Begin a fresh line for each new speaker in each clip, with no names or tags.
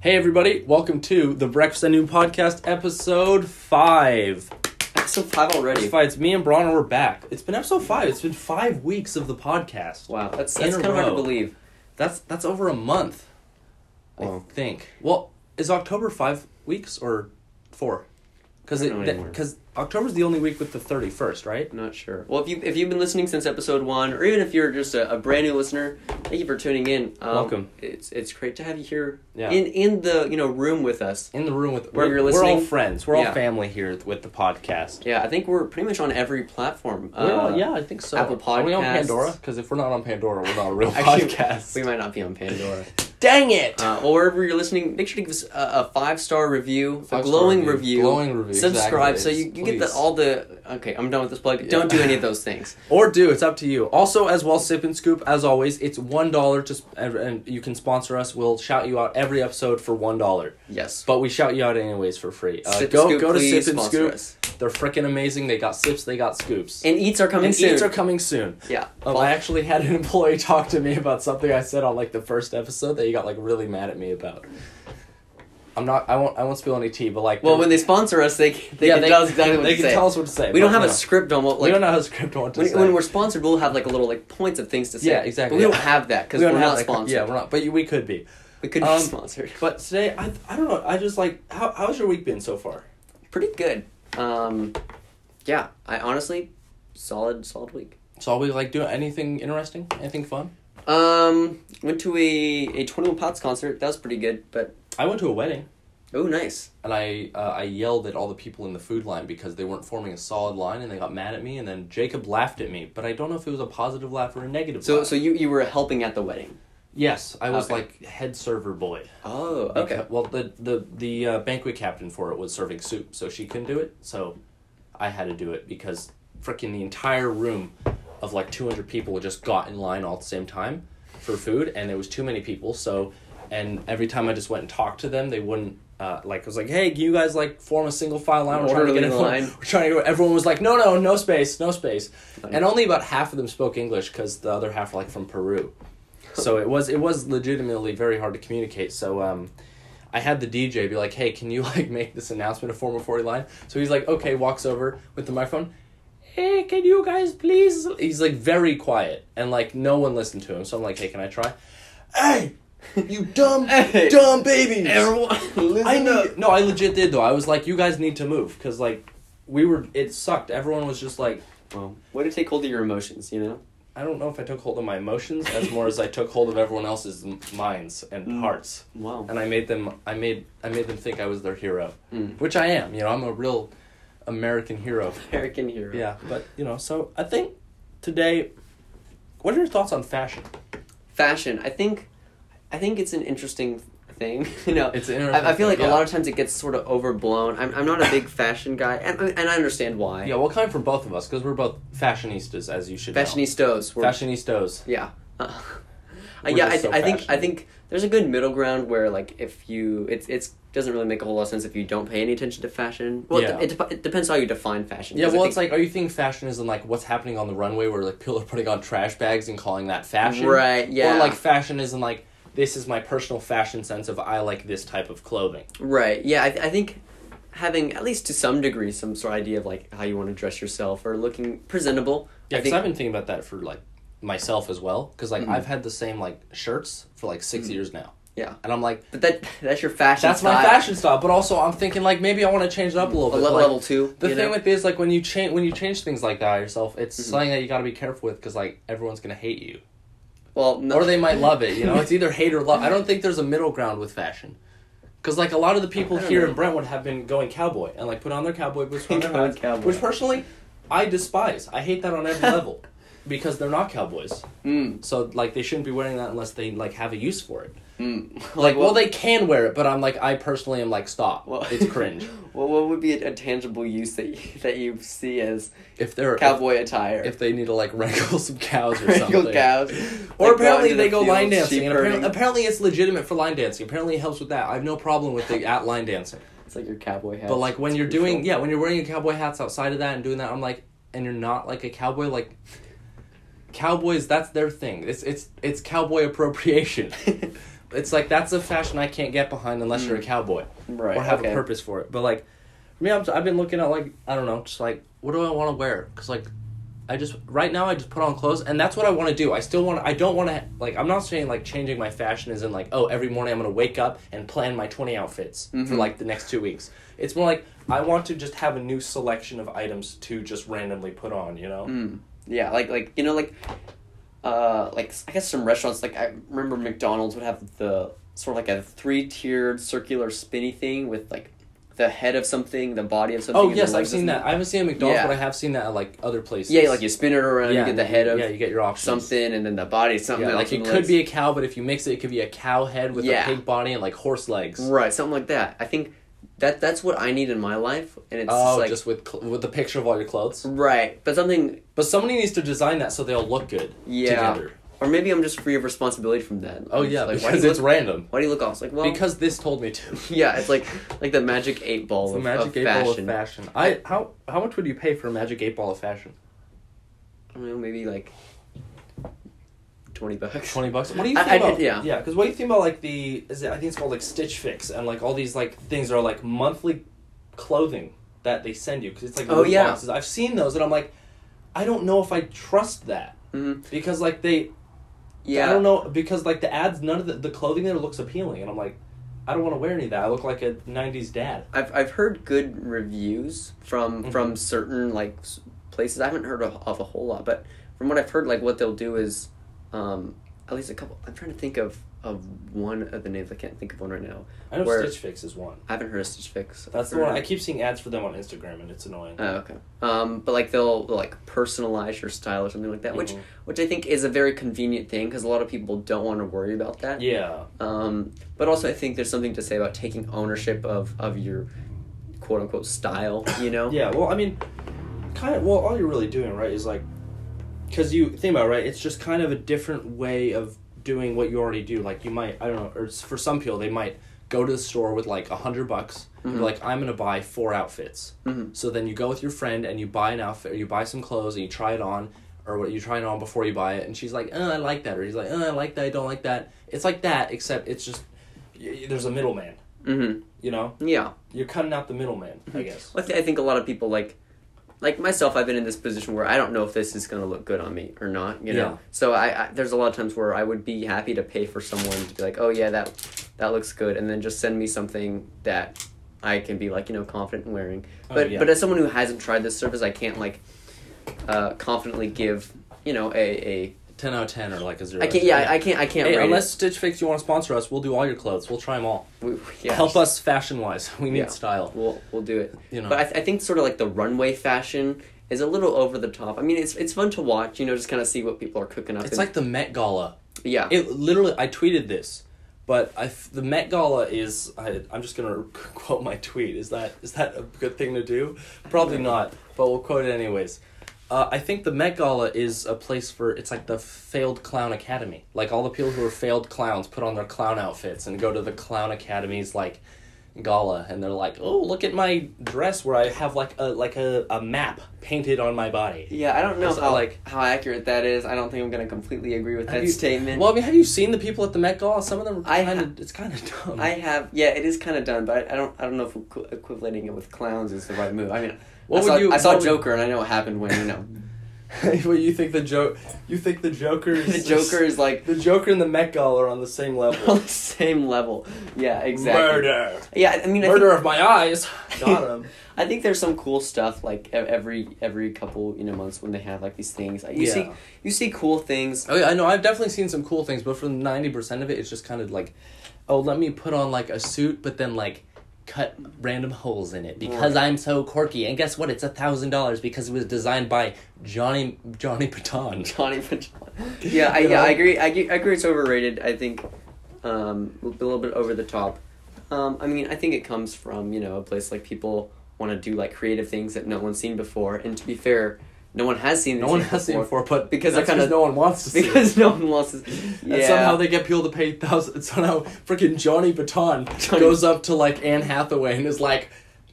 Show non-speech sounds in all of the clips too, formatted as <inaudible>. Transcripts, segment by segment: Hey, everybody, welcome to the Breakfast and Noon podcast, episode five.
Episode five already.
It's me and Bronner, we're back. It's been episode five, it's been five weeks of the podcast.
Wow, that's
In
that's
a
kind of hard to
row.
believe.
That's that's over a month,
Wow.
I think. Well, is October five weeks or four? Because
I don't know anymore.
because October's the only week with the thirty first, right?
I'm not sure. Well, if you if you've been listening since episode one, or even if you're just a, a brand new listener, thank you for tuning in. Um,
Welcome.
It's it's great to have you here
Yeah.
in in the you know room with us.
In the room with
Wherever
we're,
you're
we're all
listening.
friends, we're all
Yeah.
family here with the podcast.
Yeah, I think we're pretty much on every platform. Uh,
We're all-
<laughs>
yeah, I think so.
Apple
Are we on
Podcasts.
Pandora? Because if we're not on Pandora, we're not a real
<laughs> Actually,
podcast.
we might not be on Pandora.
Dang it!
Uh, or wherever you're listening, make sure to give us a, a five star review, a
Five-star
glowing
review,
review,
glowing review,
Subscribe
exactly.
so you, you get the,
Please.
all the. Okay, I'm done with this plug.
Yeah.
Don't do any of those things.
Or do it's up to you. Also, as well, sip and scoop. As always, it's one dollar to, sp- and- and you can sponsor us. We'll shout you out every episode for one dollar,
Yes.
but we shout you out anyways for free. Uh,
Sip and
go
Scoop,
go to
please
sip and
sponsor
scoop.
us.
They're freaking amazing. They got sips. They got scoops.
And eats are coming
And
soon.
eats are coming soon.
yeah.
Um, I actually had an <laughs> employee talk to me about something I said on like the first episode that he got like really mad at me about. I'm not. I won't. I won't spill any tea. But like,
Well, when they sponsor us, they can- they
Yeah,
can
they-
tell us exactly
<laughs>
what
they
to
can
say.
tell us what to say.
we don't
but
have
no.
a script on what
we
like
don't know how script what to
when,
say.
when we're sponsored, we'll have like a little like points of things to say.
Yeah, exactly.
But we don't have that because
We
we're
don't have
not
that-
sponsored.
Yeah, we're not. But you- we could be.
we could
Um,
be sponsored. <laughs>
But today, I I don't know. I just like how how's your week been so far?
Pretty good. Um, yeah, I honestly solid solid week.
So always like doing anything interesting, anything fun.
Um, went to a a Twenty One Pots concert. That was pretty good. But
I went to a wedding
oh, nice.
and I uh, I yelled at all the people in the food line because they weren't forming a solid line and they got mad at me and then Jacob laughed at me, but I don't know if it was a positive laugh or a negative.
So
laugh.
so you you were helping at the wedding.
yes, I was
Okay.
like head server boy.
Oh,
Because- Well, the the the uh, banquet captain for it was serving soup, so she couldn't do it. So I had to do it because freaking the entire room of like two hundred people just got in line all at the same time for food, and there was too many people. So, and every time I just went and talked to them, they wouldn't. Uh, like I was like, hey, can you guys like form a single file line? We're trying to get
Orderly
everyone.
line.
<laughs> We're trying to. Get, everyone was like, no, no, no space, no space, and only about half of them spoke English because the other half were like from Peru so it was it was legitimately very hard to communicate. So um, I had the DJ be like, "Hey, can you like <laughs> make this announcement a formal forty line?" So he's like, "Okay," walks over with the microphone. Hey, can you guys please? He's like very quiet and like no one listened to him. So I'm like, "Hey, can I try?" Hey, you dumb
<laughs> Hey.
dumb babies!
Everyone, <laughs> listen
I
up.
need no. I legit did though. I was like, "You guys need to move," because like we were. It sucked. Everyone was just like.
Well, way to take hold of your emotions. You know.
I don't know if I took hold of my emotions as more as I took hold of everyone else's m- minds and
Mm.
hearts.
Wow.
and I made them I made I made them think I was their hero,
Mm.
which I am. You know, I'm a real American hero.
American hero.
Yeah, but you know, so I think today, what are your thoughts on fashion?
fashion i think i think it's an interesting thing <laughs> you know
It's an interesting
I, I feel like
thing,
a
yeah.
lot of times it gets sort of overblown i'm, I'm not a big fashion guy and, and i understand why
Yeah, well, kind of from both of us because we're both fashionistas, as you should. know.
fashionistas were
fashionistas.
yeah <laughs> Uh,
We're
yeah I,
just so
I think i
fashion.
think there's a good middle ground where like if you it's it's doesn't really make a whole lot of sense if you don't pay any attention to fashion well
Yeah.
it, de- it, dep- it depends how you define fashion
Yeah,
'cause I
well,
think-
it's like, are you thinking fashion is in like what's happening on the runway where like people are putting on trash bags and calling that fashion?
Right, yeah.
Or like fashion is in like this is my personal fashion sense of I like this type of clothing.
Right. Yeah, I, I think having at least to some degree some sort of idea of like how you want to dress yourself or looking presentable.
Yeah,
I
because
think Mm-hmm.
I've been thinking about that for like myself as well. Because like I've had the same like shirts for like 6 years now,
yeah.
and I'm like,
But that that's your fashion.
that's my
style.
fashion style. But also, I'm thinking like maybe I want to change it up a little
A
bit.
le-
like,
level two.
the
you
thing
know? Mm-hmm.
with this, like when you change when you change things like that yourself, it's something that you got to be careful with because like everyone's gonna hate you,
well, no,
or they might love it. You know, it's either hate or love. I don't think there's a middle ground with fashion. Because like a lot of the people
I don't
here
know.
in Brentwood have been going cowboy and like put on their cowboy boots, put on their
Put on
hats,
cowboy.
which personally I despise. I hate that on every
<laughs>
level because they're not cowboys.
<laughs> Mm,
So like they shouldn't be wearing that unless they like have a use for it.
mm.
Like well,
what-
they can wear it, but I'm like I personally am like stop.
Well-
<laughs>
<laughs>
it's cringe.
Well, what would be a, a tangible use that you, that you see as
If they're
cowboy attire? <laughs>
if, if they need to like <laughs> wrangle some cows or
Wrangle
something.
cows.
Or
like,
apparently
into
they
the
go
fields,
line dancing,
sheep
and apparently,
herding.
apparently it's legitimate for line dancing. Apparently it helps with that. I have no problem with the at line dancing.
It's like your cowboy hat.
But like when you're
pretty
doing
cool.
yeah, when you're wearing your cowboy hats outside of that and doing that, I'm like, and you're not like a cowboy. Like
<laughs>
cowboys, that's their thing. It's it's it's cowboy appropriation. it's like that's a fashion I can't get behind unless
Hmm.
you're a cowboy
Right.
or have
okay.
a purpose for it. But like, for me, I'm, I've been looking at like I don't know, just like what do I want to wear? Cause like, I just right now I just put on clothes, and that's what I want to do. I still want. to I don't want to like. I'm not saying like changing my fashion is in like oh every morning I'm gonna wake up and plan my 20 outfits for
Mhm.
like the next two weeks. It's more like I want to just have a new selection of items to just randomly put on. You know.
Mm. Yeah, like like you know like, uh, like I guess some restaurants like I remember McDonald's would have the sort of like a three tiered circular spinny thing with like the head of something, the body of something.
Oh
and the
yes, I've
legs of
seen
something.
that. I haven't seen it at McDonald's,
Yeah.
but I have seen that at like other places.
Yeah, like you spin it around, you get the head of
yeah, you get your options.
something, and then the body of something.
Yeah,
else
like it
and
could
legs.
be a cow, but if you mix it, it could be a cow head with
Yeah. Mm.
a pig body and like horse legs.
right, something like that. I think that that's what I need in my life, and it's
Oh,
just like
just with cl- with the picture of all your clothes.
right, but something
But somebody needs to design that so they all look good
Yeah.
together.
or maybe I'm just free of responsibility from that.
Oh
I'm
yeah,
just like, why do
because
you
it's
look,
random.
why do you look off? It's like well,
because this told me to.
<laughs> Yeah, it's
<laughs>
like like the magic eight ball
the
of,
magic
of
eight
fashion.
ball of fashion. I how how much would you pay for a magic eight ball of fashion?
I don't know, maybe like twenty bucks. <laughs>
Twenty bucks. What do you
I-
think
I
about?
did- yeah.
yeah. Because what do you think about like the? Is it, I think it's called like Stitch Fix and like all these like things that are like monthly clothing that they send you because it's like
Oh,
little
yeah.
boxes. I've seen those and I'm like, I don't know if I trust that
Mhm.
because like they,
Yeah,
I don't know because like the ads none of the, the clothing there looks appealing and I'm like, I don't want to wear any of that. I look like a '90s dad.
I've I've heard good reviews from
Mhm.
from certain like s- places. I haven't heard of, of a whole lot, but from what I've heard, like what they'll do is, um, at least a couple. I'm trying to think of of one of the names. I can't think of one right now.
I know
Where-
Stitch Fix is one.
I haven't heard of Stitch Fix. I've
That's the
heard
one. I
of-
keep seeing ads for them on Instagram and it's annoying.
Oh, okay. Um, but like they'll like personalize your style or something like that, which
Mhm.
which I think is a very convenient thing because a lot of people don't want to worry about that.
Yeah.
Um, but also, I think there's something to say about taking ownership of, of your quote unquote style, you know?
Yeah, well, I mean, kind of. Well, all you're really doing, right, is like, because you think about it, right, it's just kind of a different way of doing what you already do. Like you might, I don't know, or s- for some people, they might go to the store with like a hundred bucks. and be
Mhm.
like, I'm gonna buy four outfits.
Mhm.
So then you go with your friend and you buy an outfit, or you buy some clothes and you try it on, or what you try it on before you buy it, and she's like, uh, I like that, or he's like, uh, I like that, I don't like that. It's like that, except it's just y- y- there's a middleman.
Mm
You know,
hmm. Yeah.
you're cutting out the middleman,
Mm-hmm.
I guess.
I, th- I think a lot of people, like, like myself, I've been in this position where I don't know if this is going to look good on me or not, you know?
Yeah.
So I, I, there's a lot of times where I would be happy to pay for someone to be like, oh, yeah, that, that looks good, and then just send me something that I can be, like, you know, confident in wearing.
Oh,
but
yeah.
but as someone who hasn't tried this service, I can't, like, uh, confidently give, you know, a, a
Ten out of ten, or like a zero.
I can't. Yeah, I can't. I can't.
Hey,
rate
unless Stitch Fix you want to sponsor us, we'll do all your clothes. We'll try them all.
it. We, yeah,
Help us fashion wise. <laughs> We need
Yeah.
style.
We'll we'll do it.
You know.
But I, th- I think sort of like the runway fashion is a little over the top. I mean, it's it's fun to watch. You know, just kind of see what people are cooking up.
It's
and-
like the Met Gala.
yeah,
It literally. I tweeted this, but I f- the Met Gala is. I, I'm just gonna <laughs> quote my tweet. Is that is that a good thing to do? Probably not. But we'll quote it anyways. Uh, I think the Met Gala is a place for it's like the failed clown academy. Like all the people who are failed clowns put on their clown outfits and go to the clown academy's like gala and they're like, "Oh, look at my dress where I have like a like a, a map painted on my body."
yeah. I don't know
So,
how
like-
like how accurate that is. I don't think I'm gonna completely agree with that
Have you-
statement.
Well, I mean, have you seen the people at the Met Gala? Some of them
I
are kind
ha-
of it's kind of <laughs> dumb.
I have. Yeah, it is kind of done, but I, I don't. I don't know if equ- equivalating it with clowns is the right move. I mean,
What
I
would
saw,
you-
I saw
what would-
Joker, and I know what happened when
<laughs>
you know
well, you think the joke you think <laughs> the Joker
the Joker is like
the Joker and the Met Gala are on the same
<laughs>
<laughs>
on
level.
the same level. Yeah, exactly.
Murder.
Yeah, I mean, I think-
Murder of my <laughs> eyes. Got him.
I think there's some cool stuff like e- every every couple you know months when they have like these things. Like, you see
Yeah.
you see cool things. <laughs>
Oh yeah, I know. I've definitely seen some cool things, but for ninety percent of it, it's just kind of like, oh, let me put on like a suit, but then like cut random holes in it because I'm so quirky. And guess what? It's a thousand dollars because it was designed by Johnny Johnny <laughs> Patton.
Johnny Patron. Yeah, I,
You
yeah, I
know?
agree. I, ge- I agree. It's overrated. I think um, a little bit over the top. Um, I mean, I think it comes from you know a place like people want to do like creative things that no one's seen before. And to be fair, no one has seen.
No
these
one
things
has seen it before, but because
Because they're
that's because
kinda-
no one wants
<laughs>
to see. it.
because no one wants to. Yeah.
And somehow they get people to pay thousands. <laughs> Somehow freaking Johnny Baton
Johnny-
goes up to like Anne Hathaway and is like,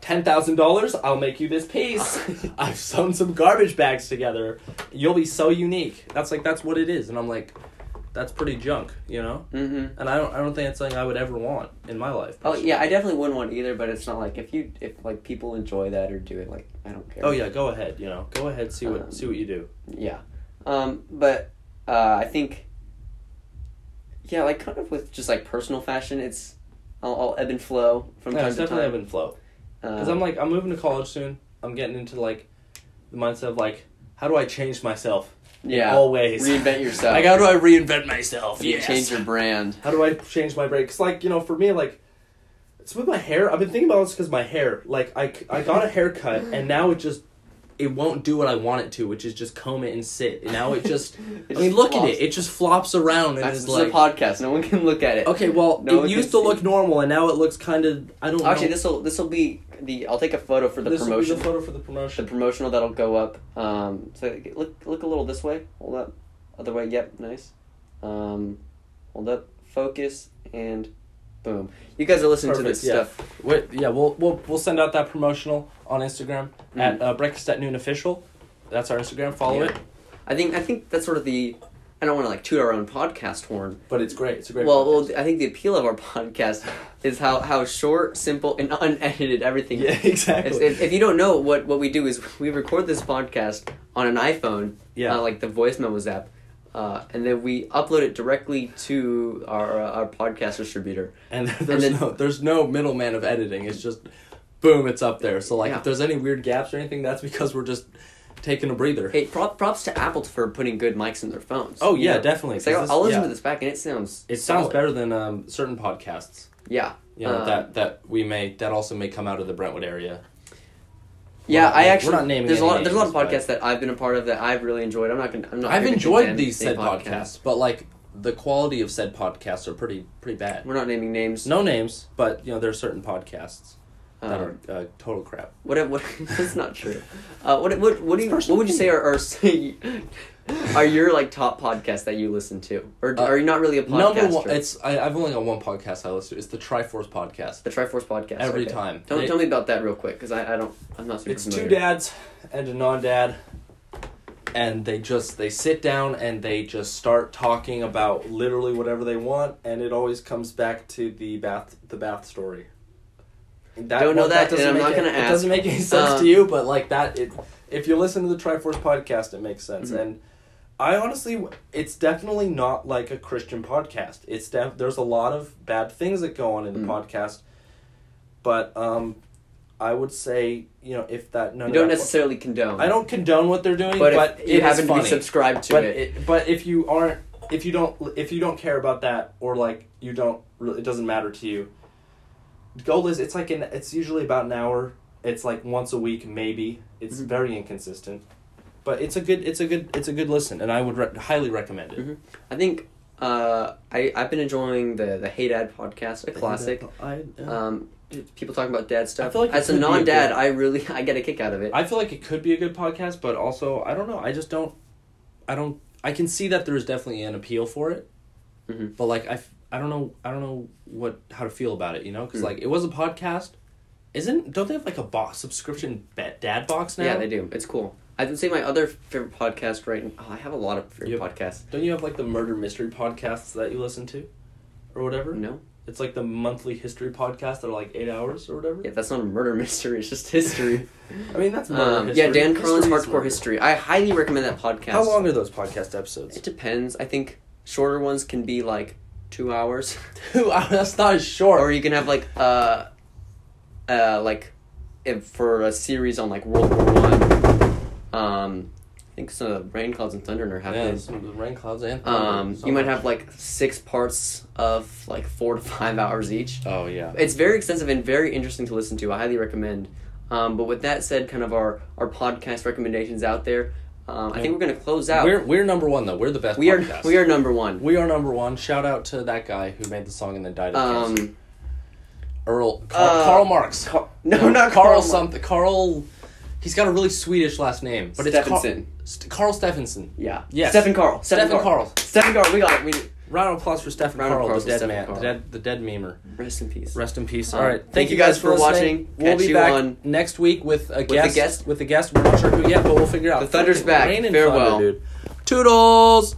ten thousand dollars, I'll make you this
<laughs>
piece. I've sewn some garbage bags together. You'll be so unique. That's like that's what it is. And I'm like, that's pretty junk, you know.
Mm-hmm.
And I don't I don't think it's something I would ever want in my life.
Oh yeah, I definitely wouldn't want either, but it's not like if you if like people enjoy that or do it, like I don't care.
Oh yeah, go ahead. You know, go ahead. See what
Um,
see what you do.
Yeah. Um, but uh, I think, yeah, like kind of with just like personal fashion, it's I'll, I'll ebb and flow from
Yeah,
time
it's
to
definitely
time.
ebb and flow. Because
Um,
I'm like, I'm moving to college soon. I'm getting into like the mindset of like, how do I change myself?
yeah,
Always
reinvent yourself.
like, how do I reinvent myself?
If you
Yes.
change your brand.
how do I change my brain? Because like you know, for me, like it's with my hair. I've been thinking about this because my hair. Like I I got a haircut and now it just it won't do what I want it to, which is just comb it and sit. And now it
<laughs>
just I mean, look at it. It just flops around and
It's
is like
a podcast. No one can look at it.
okay. Well,
No one
it
can
used to look
see.
normal and now it looks kind of I don't
Actually,
know.
this will this will be the. I'll take a photo for the
This will be
promotion.
the photo for the
the
promotion.
promotional that'll go up. Um, so look look a little this way. Hold up, other way. Yep, nice. Um, hold up, focus, and boom. You guys are listening to
Perfect,
this
yeah.
stuff.
Wait, yeah, we'll we'll we'll send out that promotional on Instagram at
Mhm.
uh, breakfast at noon official. That's our Instagram. Follow
Yeah.
it.
I think I think that's sort of the. I don't want to like toot our own podcast horn.
But it's great. It's a great.
Well,
podcast.
well, I think the appeal of our <laughs> podcast is how, how short, simple, and unedited
<laughs>
everything.
yeah,
is.
exactly.
If, if- if you don't know what, what we do is <laughs> we record this podcast on an iPhone,
Yeah.
uh, like the voice memos app, uh, and then we upload it directly to our uh, our podcast distributor.
and <laughs> there's
then-
no there's no middleman of editing. It's just boom, it's up there. So like,
Yeah.
if there's any weird gaps or anything, that's because we're just taking a breather.
Hey, prop, props to Apple for putting good mics in their phones.
Oh, yeah,
know?
definitely,
It's like,
'cause this-
I'll listen
yeah.
to this back and it sounds.
it sounds
solid.
better than um, certain podcasts.
Yeah.
You know
Um,
that that we may that also may come out of the Brentwood area.
Yeah,
not
I
naming-
actually
we're not naming
there's a
any
lot there's a lot of
names,
podcasts that I've been a part of that I've really enjoyed. I'm not gonna I'm not.
I've
here to
enjoyed
condemn
these said
any
podcasts, but like the quality of said podcasts are pretty pretty bad.
We're not naming names.
No names, but you know there are certain podcasts that
Um,
are uh, total crap.
What? What? <laughs> That's not true. Uh, what? What? What do you? What would you say are are, <laughs> are your like top podcasts that you listen to, or
Uh,
are you not really a podcaster?
Number one, it's I, I've only got one podcast I listen to. It's the Triforce podcast.
the Triforce podcast.
Every
okay.
time.
Tell,
They-
tell me about that real quick, because I, I don't I'm not super
It's two
familiar.
dads and a non-dad, and they just they sit down and they just start talking about literally whatever they want, and it always comes back to the bath the bath story. And That,
Don't know
one-
that, and I'm
make
not
it-
gonna
It
ask.
doesn't make any sense
Um,
to you, but like that, it, if you listen to the Triforce podcast, it makes sense.
Mhm.
And I honestly, it's definitely not like a Christian podcast. It's def- there's a lot of bad things that go on in the
Mm.
podcast, but um, I would say you know if that none of
You don't
that-
necessarily condone.
I don't condone what they're doing,
But,
but,
if you
it is
happen to
funny.
be subscribed to
but
it,
it, but if you aren't, if you don't, if you don't care about that, or like you don't, really, it doesn't matter to you. Gold is it's like an it's usually about an hour. It's like once a week, maybe. It's
Mhm.
very inconsistent, but it's a good it's a good it's a good listen, and I would re- highly recommend it.
Mhm. I think uh, I I've been enjoying the the Hey Dad podcast, a classic.
I,
Um, people talking about dad stuff.
feel like it
As
could
a
be a
non-dad,
good-
I really <laughs> I get a kick out of it.
I feel like it could be a good podcast, but also I don't know. I just don't. I don't. I can see that there is definitely an appeal for it,
Mhm.
but like I, f- I don't know. I don't know what how to feel about it. You know, because
Mm.
like it was a podcast. Isn't don't they have like a box subscription ba- dad box now?
Yeah, they do. It's cool. I would say my other favorite podcast right now. Oh, I have a lot of favorite
Yep.
podcasts.
Don't you have like the murder mystery podcasts that you listen to, or whatever?
No?
It's like the monthly history podcasts that are like eight hours or whatever.
Yeah, that's not a murder <laughs> mystery. It's just history.
I mean that's murder
um,
history.
yeah, Dan Carlin's
History is
Hardcore
murder.
History. I highly recommend that podcast.
How long are those podcast episodes? <laughs>
It depends. I think shorter ones can be like two hours,
<laughs> Two hours. That's not short.
or you can have like uh, uh, like if for a series on like World War One. Um, I think it's uh, Rain Clouds and Thunder are happening.
yeah, some of the rain clouds and thunder,
Um,
so
you might
much.
have like six parts of like four to five hours each.
Oh yeah.
It's very extensive and very interesting to listen to. I highly recommend. Um, but with that said, kind of our, our podcast recommendations out there. Um, I
Yeah.
think we're going to close out.
We're we're number one though. We're the best.
we are
podcast.
we are number one.
We are number one. Shout out to that guy who made the song and then died of cancer.
Um,
Earl Carl,
uh,
Karl Marx.
<laughs> no, not
Carl.
Karl Marx.
something. Carl. He's got a really Swedish last name, but
Steffensen.
it's Carl, St- Carl Steffensen.
yeah.
Yes.
Stephen Carl. Stephen,
Stefan
Carl.
Carl.
Stephen Carl. We got it. We,
Round of applause for Stefan
Round of
Carl,
applause
the
for
dead
Stefan
man,
Karl.
the dead the dead memer.
rest in peace.
Rest in peace.
Um,
All right.
thank you guys for
listening.
watching.
We'll
Catch
be
you
back
on-
next week with a guest.
guest.
With a guest. We're not sure who yet, but we'll figure it out.
The Thunder's
Freaking
back.
rain and
Farewell.
Thunder, dude. Toodles.